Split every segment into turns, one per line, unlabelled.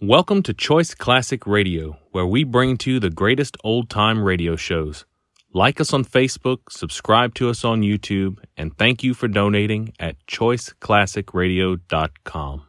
Welcome to Choice Classic Radio, where we bring to you the greatest old time radio shows. Like us on Facebook, subscribe to us on YouTube, and thank you for donating at choiceclassicradio.com.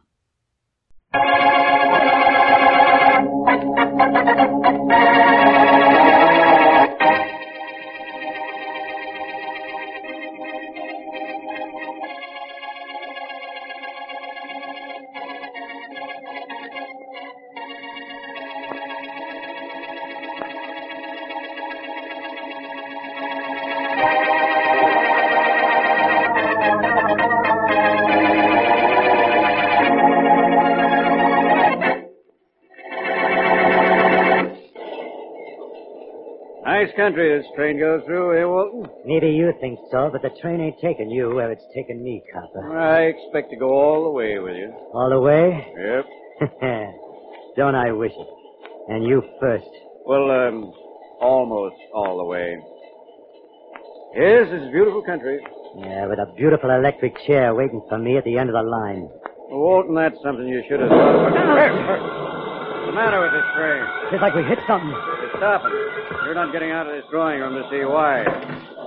Nice country this train goes through, eh, Walton?
Maybe you think so, but the train ain't taking you where it's taking me, copper.
I expect to go all the way with you.
All the way?
Yep.
Don't I wish it? And you first.
Well, um, almost all the way. Yes, it's beautiful country.
Yeah, with a beautiful electric chair waiting for me at the end of the line.
Walton, that's something you should have done. What's the matter with this train?
It's like we hit something.
It's stopping. You're not getting out of this drawing room to see why.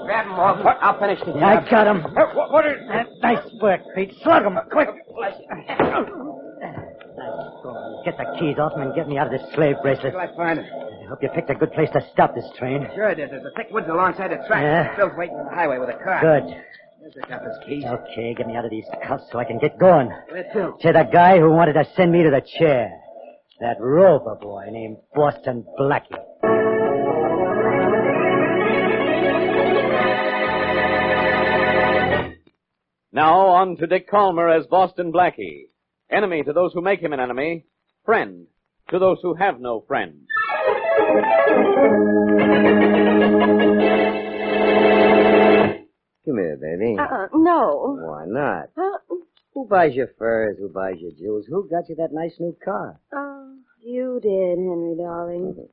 Grab him, Walton. I'll finish the
Yeah, Uh, I got him.
What, what is
Nice work, Pete. Slug him, quick.
Where'll
Get the keys off him and get me out of this slave bracelet.
I
Uh,
find him?
I hope you picked a good place to stop this train.
Sure, it is. There's a thick woods alongside the track.
Yeah.
Phil's waiting on the highway with a car.
Good.
There's a couple of keys.
Okay, get me out of these cuffs so I can get going.
Where to?
To the guy who wanted to send me to the chair. That rover boy named Boston Blackie.
Now on to Dick Calmer as Boston Blackie. Enemy to those who make him an enemy, friend to those who have no friend.
Come here, baby.
Uh, no.
Why not?
Huh?
Who buys your furs? Who buys your jewels? Who got you that nice new car?
Oh, you did, Henry, darling.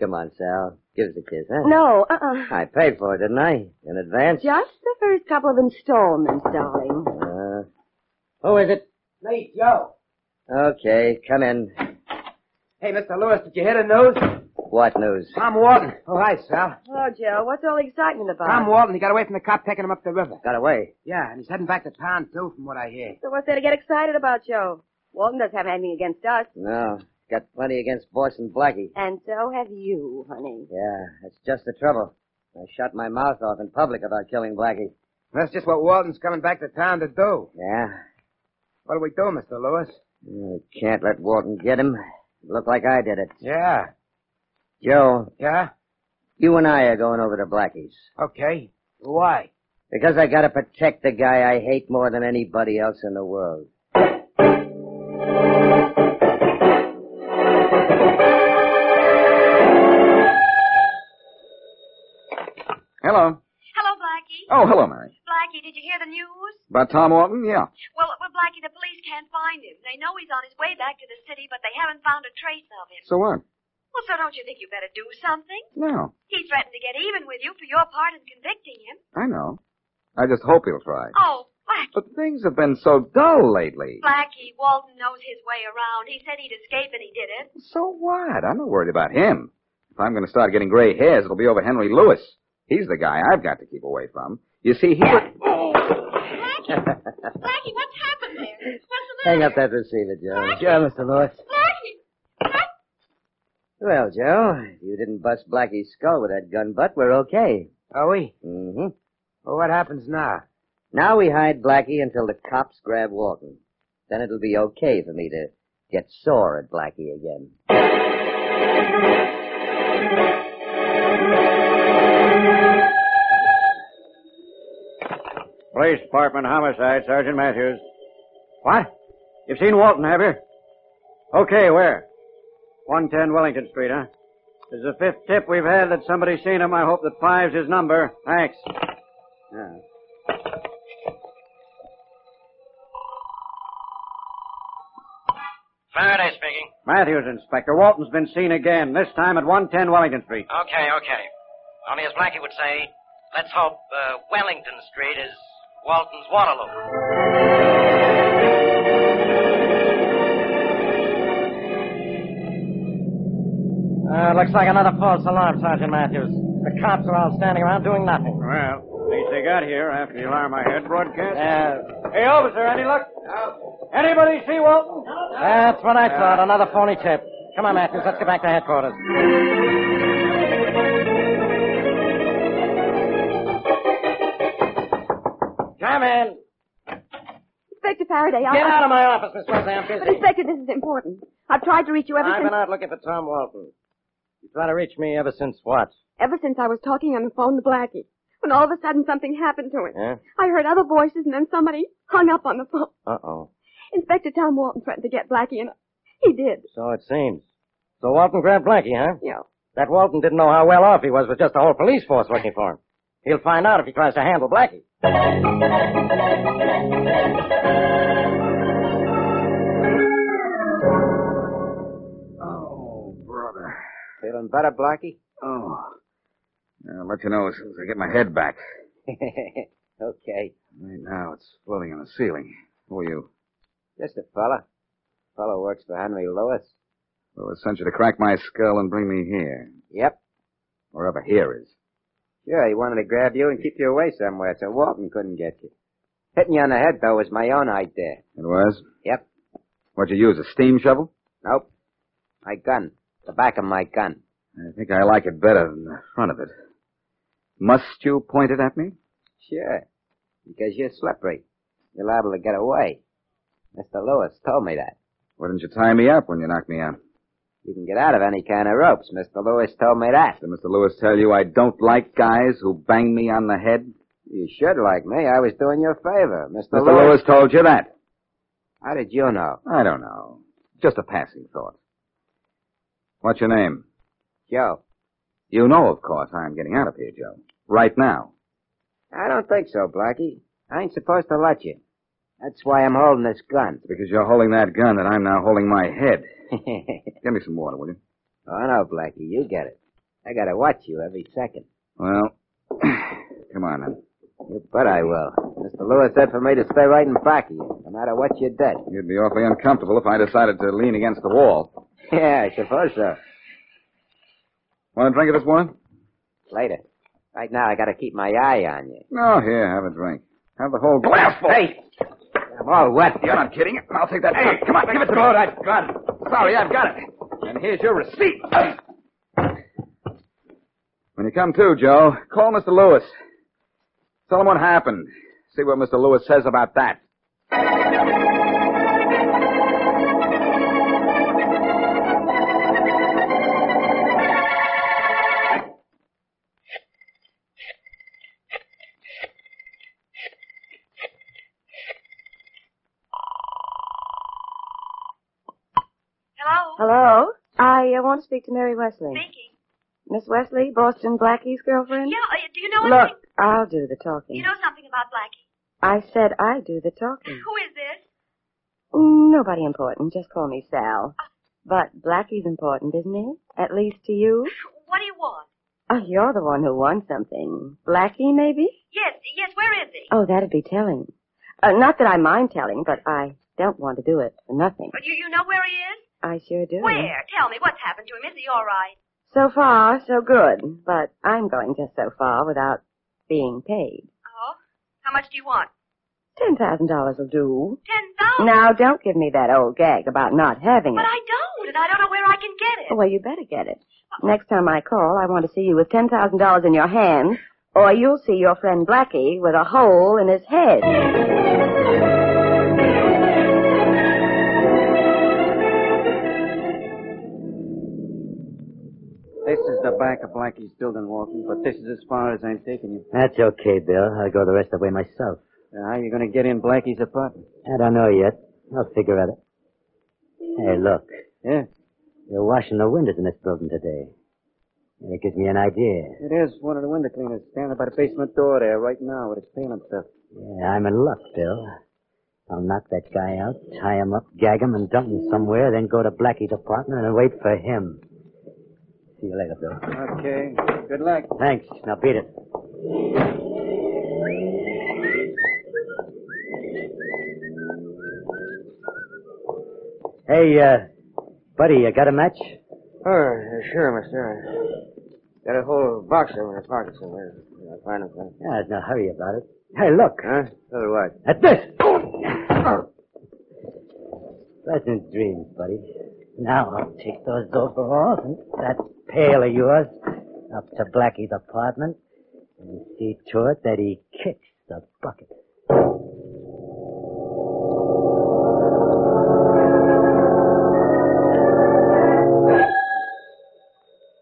Come on, Sal. Give us a kiss, huh?
No, uh-uh.
I paid for it, didn't I? In advance?
Just the first couple of installments, darling.
Uh, who is it?
Late, Joe.
Okay, come in.
Hey, Mr. Lewis, did you hear the news?
What news?
Tom Walton. Oh, hi, Sal.
Oh, Joe, what's all the excitement about?
Tom Walton, he got away from the cop taking him up the river.
Got away.
Yeah, and he's heading back to town, too, from what I hear.
So what's there to get excited about, Joe? Walton doesn't have anything against us.
No. Got plenty against Boston Blackie.
And so have you, honey.
Yeah, that's just the trouble. I shot my mouth off in public about killing Blackie.
That's just what Walton's coming back to town to do.
Yeah.
What'll we do, Mr. Lewis?
I can't let Walton get him. Look like I did it.
Yeah.
Joe,
Yeah?
you and I are going over to Blackie's.
Okay. Why?
Because I gotta protect the guy I hate more than anybody else in the world.
Hello.
Hello, Blackie.
Oh, hello, Mary.
Blackie, did you hear the news?
About Tom Walton? Yeah.
Well, well, Blackie, the police can't find him. They know he's on his way back to the city, but they haven't found a trace of him.
So what?
Well, so don't you think you better do something?
No,
He threatened to get even with you for your part in convicting him.
I know. I just hope he'll try.
Oh, Blackie.
But things have been so dull lately.
Blackie, Walton knows his way around. He said he'd escape and he did it.
So what? I'm not worried about him. If I'm going to start getting gray hairs, it'll be over Henry Lewis. He's the guy I've got to keep away from. You see, he.
Blackie, Blackie, what's happened there? What's the
Hang up that receiver, Joe.
Sure, Mr. Lewis.
Blackie!
Well, Joe, if you didn't bust Blackie's skull with that gun butt, we're okay.
Are we?
hmm
Well, what happens now?
Now we hide Blackie until the cops grab Walton. Then it'll be okay for me to get sore at Blackie again.
Police Department Homicide, Sergeant Matthews. What? You've seen Walton, have you? Okay, where? 110 Wellington Street, huh? This is the fifth tip we've had that somebody's seen him. I hope that five's his number. Thanks. Yeah.
Faraday speaking.
Matthews, Inspector. Walton's been seen again, this time at 110 Wellington Street.
Okay, okay. Only as Blackie would say, let's hope uh, Wellington Street is Walton's Waterloo.
Uh, looks like another false alarm, Sergeant Matthews. The cops are all standing around doing nothing.
Well, at least they got here after the alarm I had broadcast. Uh, hey, officer, any luck? No. Anybody see Walton? Uh,
That's what I thought. Another phony tip. Come on, Matthews. Let's get back to headquarters. Come in.
Inspector Faraday, I...
Get out of my office, Miss Wesley. I'm
But,
busy.
Inspector, this is important. I've tried to reach you ever
I've
since...
been out looking for Tom Walton. You try to reach me ever since what?
Ever since I was talking on the phone to Blackie. When all of a sudden something happened to him.
Yeah?
I heard other voices and then somebody hung up on the phone.
Uh-oh.
Inspector Tom Walton threatened to get Blackie and he did.
So it seems. So Walton grabbed Blackie, huh?
You know,
That Walton didn't know how well off he was with just the whole police force looking for him. He'll find out if he tries to handle Blackie.
Oh, brother.
Feeling better, Blackie?
Oh. I'll let you know as soon as I get my head back.
okay.
Right now, it's floating on the ceiling. Who are you?
Just a fella. Fella works for Henry Lewis.
Lewis sent you to crack my skull and bring me here.
Yep.
Wherever here is.
Sure, he wanted to grab you and keep you away somewhere so Walton couldn't get you. Hitting you on the head, though, was my own idea.
It was?
Yep.
What'd you use, a steam shovel?
Nope. My gun. The back of my gun.
I think I like it better than the front of it. Must you point it at me?
Sure. Because you're slippery. You're liable to get away. Mr. Lewis told me that.
Why didn't you tie me up when you knocked me out?
You can get out of any kind of ropes. Mr. Lewis told me that.
Did Mr. Lewis tell you I don't like guys who bang me on the head?
You should like me. I was doing you a favor. Mr.
Mr. Lewis told you that.
How did you know?
I don't know. Just a passing thought. What's your name?
Joe.
You know, of course, I'm getting out of here, Joe. Right now.
I don't think so, Blackie. I ain't supposed to let you. That's why I'm holding this gun.
It's because you're holding that gun that I'm now holding my head.
oh,
Get me some water, will you?
no, Oh, Blackie. You get it. I gotta watch you every second.
Well, come on then.
You bet I will. Mr. Lewis said for me to stay right in back of you, no matter what you did.
You'd be awfully uncomfortable if I decided to lean against the wall.
Yeah, I suppose so.
Want a drink of this water?
Later. Right now, I gotta keep my eye on you.
No, here, have a drink. Have the whole glass full.
Hey! I'm all wet.
You're not kidding. I'll take that. Hey, come on, give it to me. I've got it. Sorry, I've got it. And here's your receipt. When you come to, Joe, call Mr. Lewis. Tell him what happened. See what Mr. Lewis says about that.
Hello?
Hello? I uh, want to speak to Mary Wesley.
Speaking.
Miss Wesley, Boston Blackie's girlfriend?
Yeah, uh, do you know
Look,
anything?
I'll do the talking.
You know something about Blackie?
I said I do the talking.
Who is this?
Nobody important. Just call me Sal. But Blackie's important, isn't he? At least to you.
What do you want?
Oh, you're the one who wants something. Blackie, maybe?
Yes, yes, where is he?
Oh, that'd be telling. Uh, not that I mind telling, but I don't want to do it for nothing.
But you, you know where he is?
I sure do.
Where? Tell me, what's happened to him? Is he all right?
So far, so good. But I'm going just so far without being paid.
Oh? How much do you want?
Ten thousand dollars will do.
Ten thousand?
Now, don't give me that old gag about not having
But
it.
I don't, and I don't know where I can get
Oh,
it. Uh-uh.
Well, you better get it. Next time I call, I want to see you with ten thousand dollars in your hand, or you'll see your friend Blackie with a hole in his head.
This is the back of Blackie's building, Walton, but this is as far as I'm taking you.
That's okay, Bill. I'll go the rest of the way myself.
Now, how are you going to get in Blackie's apartment?
I don't know yet. I'll figure out it. Hey, look.
Yeah,
They're washing the windows in this building today. And it gives me an idea.
it is one of the window cleaners standing by the basement door there right now with his paint and stuff.
Yeah, I'm in luck, Bill. I'll knock that guy out, tie him up, gag him, and dump him somewhere, then go to Blackie's apartment and wait for him. See you later, Bill.
Okay, good luck.
Thanks. Now beat it. Hey, uh, buddy, you got a match?
Oh, yeah, sure, mister. I got a whole box of them in the pocket somewhere. I'll find them. huh?
Yeah, there's no hurry about it. Hey, look.
Huh? Another what?
At this. Pleasant dreams, buddy. Now I'll take those overalls and that pail of yours up to Blackie's apartment and see to it that he kicks the bucket.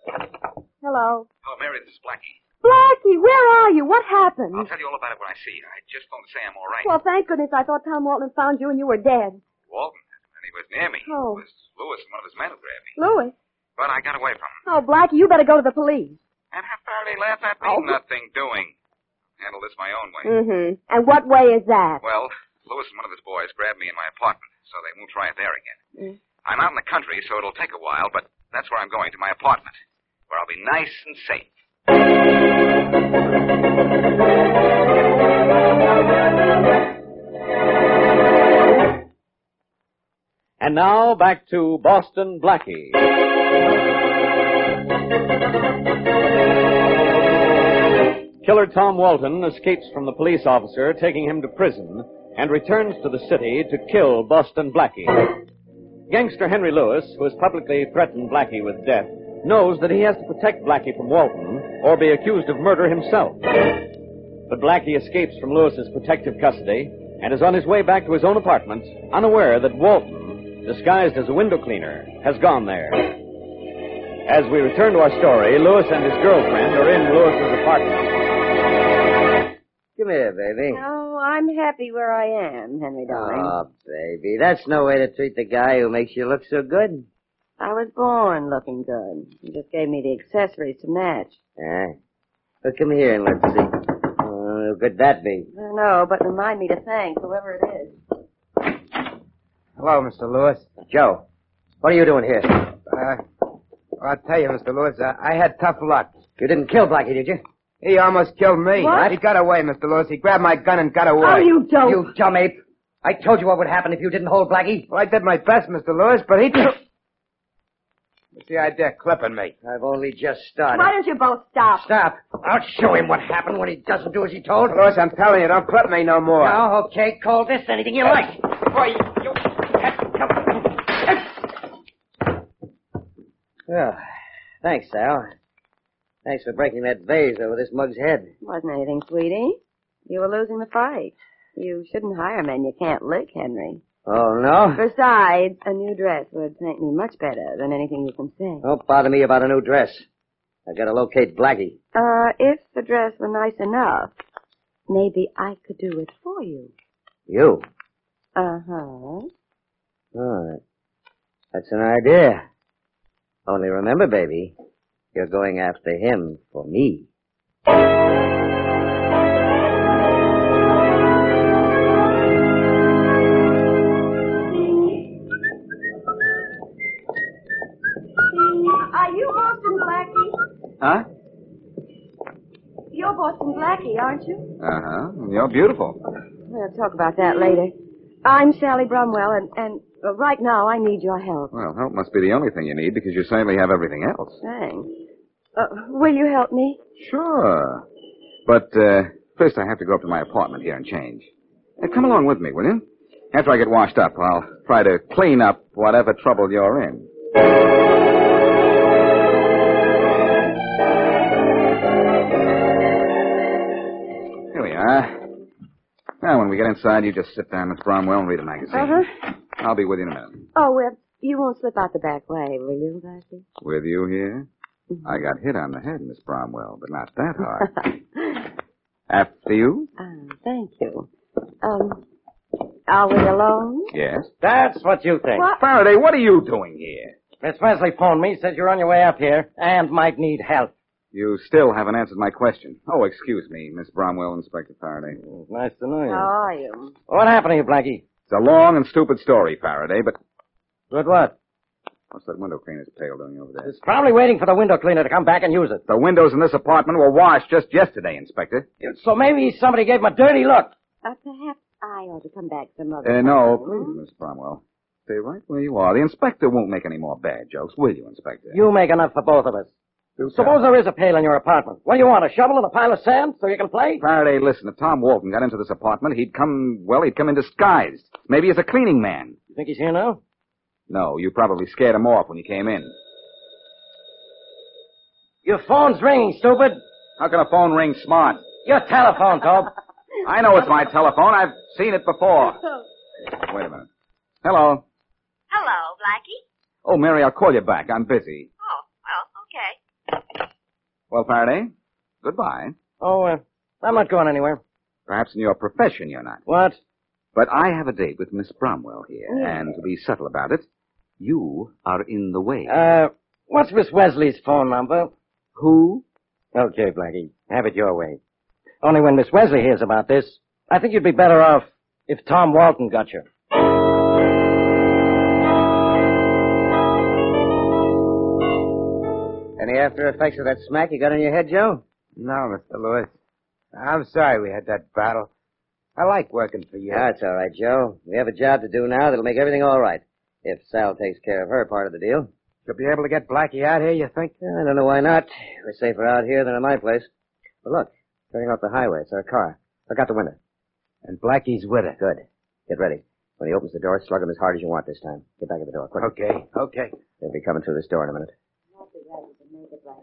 Hello.
Hello, Oh, Mary. This is Blackie.
Blackie, where are you? What
Hmm?
happened?
I'll tell you all about it when I see you. I just phoned to say I'm all right.
Well, thank goodness I thought Tom Walton had found you and you were dead.
Walton, and he was near me.
Oh.
It was Lewis and one of his men who grabbed me.
Louis.
But I got away from him.
Oh, Blackie, you better go to the police.
And how far they laughed at me?
Oh.
Nothing doing. Handle this my own
Mm.
way.
Mm-hmm. And what way is that?
Well, Lewis and one of his boys grabbed me in my apartment, so they won't try it there again.
Mm.
I'm out in the country, so it'll take a while, but that's where I'm going, to my apartment, where I'll be nice and safe.
And now back to Boston Blackie. Killer Tom Walton escapes from the police officer taking him to prison and returns to the city to kill Boston Blackie. Gangster Henry Lewis, who has publicly threatened Blackie with death, knows that he has to protect Blackie from Walton or be accused of murder himself. But Blackie escapes from Lewis's protective custody and is on his way back to his own apartment, unaware that Walton, disguised as a window cleaner, has gone there. As we return to our story, Lewis and his girlfriend are in Lewis's apartment.
Come here, baby.
Oh, I'm happy where I am, Henry darling.
Oh, baby, that's no way to treat the guy who makes you look so good.
I was born looking good. You just gave me the accessories to match.
Eh? Well, come here and let's see. Oh, who could that be?
I don't know, but remind me to thank whoever it is.
Hello, Mr. Lewis. Joe. What are you doing here? Uh, I'll tell you, Mr. Lewis, I, I had tough luck. You didn't kill Blackie, did you? He almost killed me.
What?
He got away, Mr. Lewis. He grabbed my gun and got away.
Oh, you dope.
You dumb ape. I told you what would happen if you didn't hold Blackie. Well, I did my best, Mr. Lewis, but he... What's the idea of clipping me? I've only just started.
Why don't you both stop?
Stop. I'll show him what happened when he doesn't do as he told. Oh, Lewis, I'm telling you, don't clip me no more.
No, okay, call this anything you like. Boy, you...
Well, thanks, Al. Thanks for breaking that vase over this mug's head.
Wasn't anything, sweetie. You were losing the fight. You shouldn't hire men you can't lick, Henry.
Oh, no?
Besides, a new dress would paint me much better than anything you can say.
Don't bother me about a new dress. I've got to locate Blackie.
Uh, if the dress were nice enough, maybe I could do it for you.
You?
Uh huh.
All right. That's an idea. Only remember, baby, you're going after him for me.
Are you Boston Blackie?
Huh?
You're Boston Blackie, aren't you?
Uh huh. You're beautiful.
We'll talk about that later. I'm Sally Brumwell, and, and uh, right now I need your help.
Well, help must be the only thing you need because you certainly have everything else.
Thanks. Uh, will you help me?
Sure. But uh, first, I have to go up to my apartment here and change. Hey, come along with me, will you? After I get washed up, I'll try to clean up whatever trouble you're in. Here we are. Now, when we get inside, you just sit down, Miss Bromwell, and read a magazine.
Uh huh.
I'll be with you in a minute.
Oh, well, you won't slip out the back way, will you, Blackie?
With you here? I
Mm-hmm.
got hit on the head, Miss Bromwell, but not that hard. After you?
Ah, thank you. Um, are we alone?
Yes.
That's what you think.
What?
Faraday, what are you doing here?
Miss Wesley phoned me, says you're on your way up here and might need help.
You still haven't answered my question. Oh, excuse me, Miss Bromwell, Inspector Faraday.
Nice to know
How
Oh.
are you?
What happened to you, Blackie?
It's a long and stupid story, Faraday, but.
But what?
What's that window cleaner's pail doing over there?
It's Probably waiting for the window cleaner to come back and use it.
The windows in this apartment were washed just yesterday, Inspector.
So maybe somebody gave him a dirty look.
Uh, perhaps I ought to come back some other
Uh,
time.
no, please, Miss Bromwell. Stay right where you are. The inspector won't make any more bad jokes, will you, Inspector?
You make enough for both of us. Suppose there is a pail in your apartment. What do you want, a shovel and a pile of sand so you can play?
Faraday, listen, if Tom Walton got into this apartment, he'd come, well, he'd come in disguised. Maybe as a cleaning man.
You think he's here now?
No, you probably scared him off when you came in.
Your phone's ringing, stupid.
How can a phone ring smart?
Your telephone, Tobe.
I know it's my telephone. I've seen it before. Wait a minute. Hello.
Hello, Blackie.
Oh, Mary, I'll call you back. I'm busy.
Oh, well, okay.
Well, Faraday, goodbye.
Oh, uh, I'm not going anywhere.
Perhaps in your profession you're not.
What?
But I have a date with Miss Bromwell here,
Yeah.
and to be subtle about it, you are in the way.
Uh, what's Miss Wesley's phone number?
Who?
Okay, Blackie. Have it your way. Only when Miss Wesley hears about this, I think you'd be better off if Tom Walton got you.
Any after effects of that smack you got in your head, Joe?
No, Mr. Lewis. I'm sorry we had that battle. I like working for you.
Yeah, Ah, it's all right, Joe. We have a job to do now that'll make everything all right. If Sal takes care of her part of the deal.
You'll be able to get Blackie out here, you think?
I don't know why not. We're safer out here than in my place. But look, turning off the highway. It's our car. Look out the window.
And Blackie's with her.
Good. Get ready. When he opens the door, slug him as hard as you want this time. Get back at the door, quick.
Okay, okay.
They'll be coming through this door in a minute.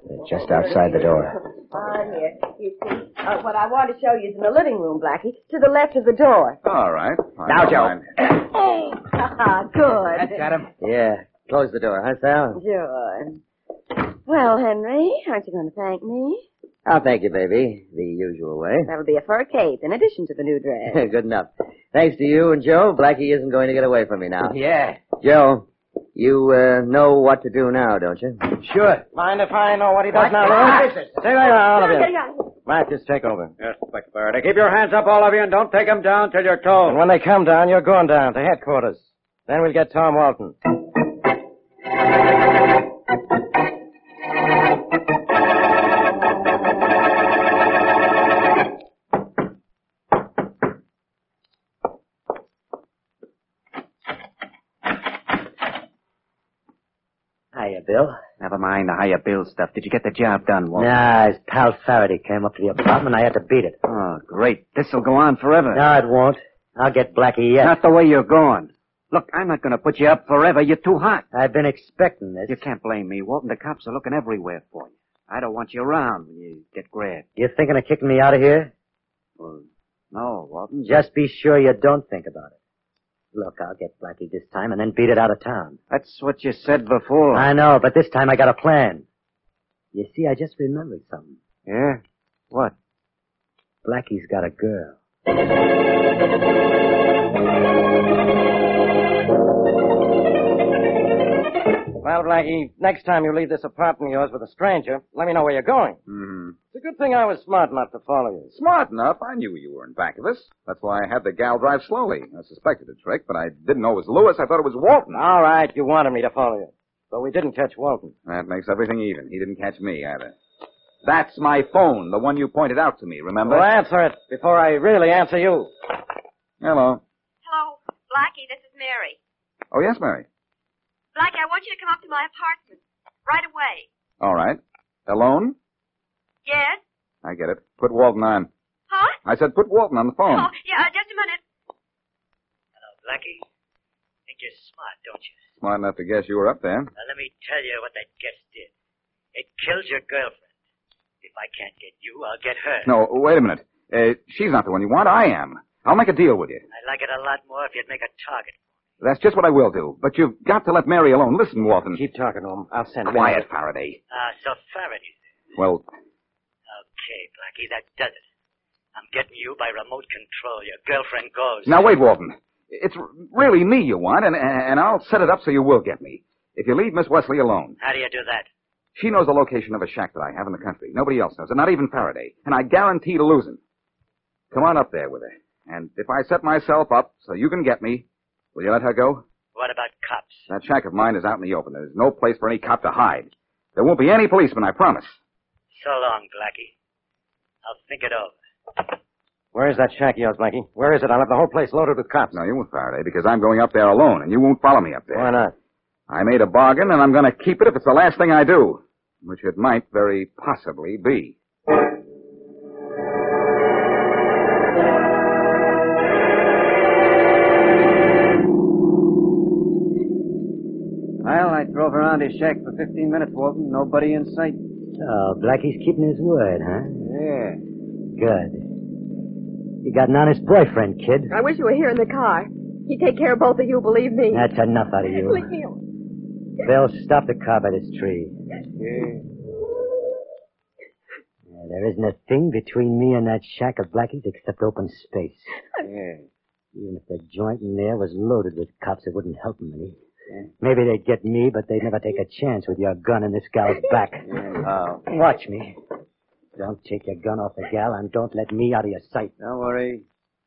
They're just outside the door.
On here. You see, uh, what I want to show you is in the living room, Blackie, to the left of the door.
All right.
Now, Joe.
Hey, haha, Oh. good. That's got him.
Yeah. Close the door, huh, Sal?
Sure. Well, Henry, aren't you going to thank me?
Oh, thank you, baby. The usual way.
That'll be a fur cape in addition to the new dress.
Good enough. Thanks to you and Joe, Blackie isn't going to get away from me now.
Yeah.
Joe, you uh, know what to do now, don't you?
Sure.
Mind if I know what he does
What?
now,
Ah,
Lewis?
this is-
Stay right there, all of you.
Well,
Matthews, take over.
Yes, Inspector Faraday. Keep your hands up, all of you, and don't take them down till you're told.
And when they come down, you're going down to headquarters. Then we'll get Tom Walton.
Hiya, Bill.
Never mind the higher bill stuff. Did you get the job done, Walton?
Nah, his pal Faraday came up to the apartment. I had to beat it.
Oh, great. This'll go on forever.
No, it won't. I'll get Blackie yet.
Not the way you're going. Look, I'm not going to put you up forever. You're too hot.
I've been expecting this.
You can't blame me, Walton. The cops are looking everywhere for you. I don't want you around when you get grabbed.
You're thinking of kicking me out of here?
Well, no, Walton.
Just be sure you don't think about it. Look, I'll get Blackie this time and then beat it out of town.
That's what you said
Oh.
before.
I know, but this time I got a plan. You see, I just remembered something.
Yeah? What?
Blackie's got a girl.
Well, Blackie, next time you leave this apartment of yours with a stranger, let me know where you're going.
Hmm.
Mhm.
It's a good thing I was smart enough to follow you.
Smart enough. I knew you were in back of us. That's why I had the gal drive slowly. I suspected a trick, but I didn't know it was Lewis. I thought it was Walton.
Ah.
All right, you wanted me to follow you. But we didn't catch Walton.
That makes everything even. He didn't catch me either. That's my phone, the one you pointed out to me, remember?
Well, answer it before I really answer you.
Hello.
Hello, Blackie, this is Mary.
Oh, yes, Mary.
Blackie, I want you to come up to my apartment. Right away.
All right. Alone?
Yes?
I get it. Put Walton on.
Huh?
I said put Walton on the phone.
Oh, yeah, uh, just a minute.
Hello, Blackie. Think you're smart, don't you?
Smart enough to guess you were up there.
Now, let me tell you what that guest did. It killed your girlfriend. If I can't get you, I'll get her.
No, wait a minute. Uh, she's not the one you want. I am. I'll make a deal with you.
I'd like it a lot more if you'd make a target.
That's just what I will do. But you've got to let Mary alone. Listen, Walton.
Keep talking to him. I'll send
Quiet, Faraday.
Ah, so Faraday.
Well,
Okay, Blackie, that does it. I'm getting you by remote control. Your girlfriend goes.
now wait, Walton. It's really me you want, and, and I'll set it up so you will get me. If you leave Miss Wesley alone,
How do you do that?
she knows the location of a shack that I have in the country. Nobody else knows it, not even Faraday. And I guarantee to lose him. Come on up there with her. And if I set myself up so you can get me, will you let her go?
What about cops?
That shack of mine is out in the open. There's no place for any cop to hide. There won't be any policeman, I promise.
So long, Blackie. I'll think it over.
Where is that shack of yours, Blackie? Where is it? I'll have the whole place loaded with cops.
No, you won't, Faraday, because I'm going up there alone, and you won't follow me up there.
Why not?
I made a bargain, and I'm going to keep it if it's the last thing I do, which it might very possibly be.
Well, I drove around his shack for 15 minutes, Walton. Nobody in sight.
So, Oh, Blackie's keeping his word, huh?
Yeah.
Good. You got an honest boyfriend, kid.
I wish you were here in the car. He'd take care of both of you, believe me.
That's enough out of you.
Leave me alone.
Bill, stop the car by this tree. Yeah, there isn't a thing between me and that shack of Blackie's except open space.
Yeah.
Even if the joint in there was loaded with cops, it wouldn't help 'em any. Maybe they'd get me, but they'd never take a chance with your gun in this gal's back. Uh,
Oh.
Watch me. Don't take your gun off the gal, and don't let me out of your sight.
Don't worry.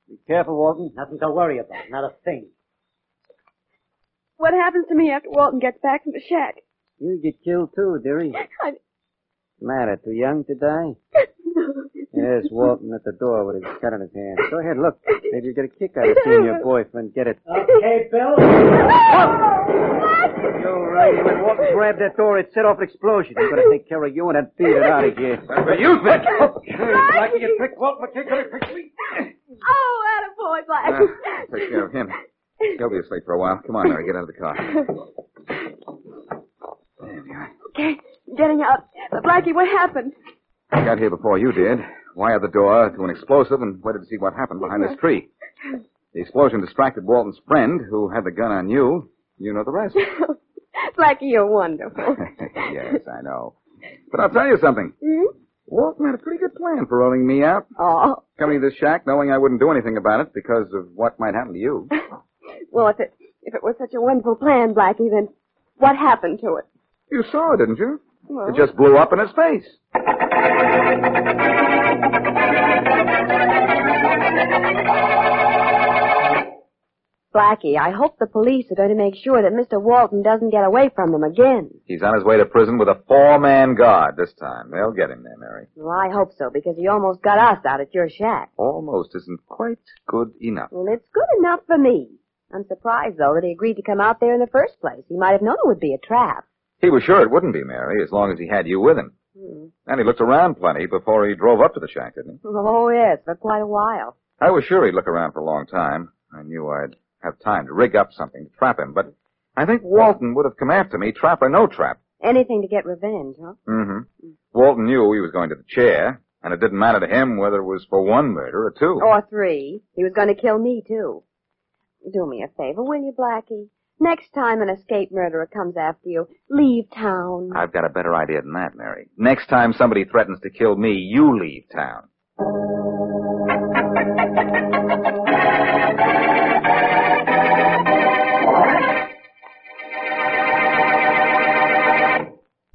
Be careful, Walton.
Nothing to worry about. Not a thing.
What happens to me after Walton gets back from the shack?
You get killed too, dearie.
I...
Matter, too young to die? There's Walton at the door with his gun in his hand. Go ahead, look. Maybe you get a kick out of seeing your boyfriend get it.
Okay, Bill.
You're right. When Walton grabbed that door, it set off an explosion. I'm going to take care of you and then beat it out of here.
Where you been?
Blackie, you prick Walton particularly quickly.
Oh, attaboy, Black.
Uh, Ah, Take care of him. He'll be asleep for a while. Come on, Mary, get out of the car.
Okay, getting up. But Blackie, what happened?
I got here before you did. Wired the door to an explosive and waited to see what happened behind this tree. The explosion distracted Walton's friend, who had the gun on you. You know the rest.
Blackie, you're wonderful.
yes, I know. But I'll tell you something.
Hmm?
Walton had a pretty good plan for rolling me out.
Oh,
Coming to this shack knowing I wouldn't do anything about it because of what might happen to you.
well, if it if it was such a wonderful plan, Blackie, then what happened to it?
You saw it, didn't you?
Well,
It just blew up in his face.
Blackie, I hope the police are going to make sure that Mr. Walton doesn't get away from them again.
He's on his way to prison with a four-man guard this time. They'll get him there, Mary.
Well, I hope so, because he almost got us out at your shack.
Almost isn't quite good enough.
Well, it's good enough for me. I'm surprised, though, that he agreed to come out there in the first place. He might have known it would be a trap.
He was sure it wouldn't be Mary as long as he had you with him. And he looked around plenty before he drove up to the shack, didn't he?
Oh, yes, for quite a while.
I was sure he'd look around for a long time. I knew I'd have time to rig up something to trap him, but I think Walton would have come after me, trap or no trap.
Anything to get revenge, huh?
Mm-hmm. Walton knew he was going to the chair, and it didn't matter to him whether it was for one murder or two.
Or three. He was going to kill me, too. Do me a favor, will you, Blackie? Next time an escaped murderer comes after you, leave town.
I've got a better idea than that, Mary. Next time somebody threatens to kill me, you leave town.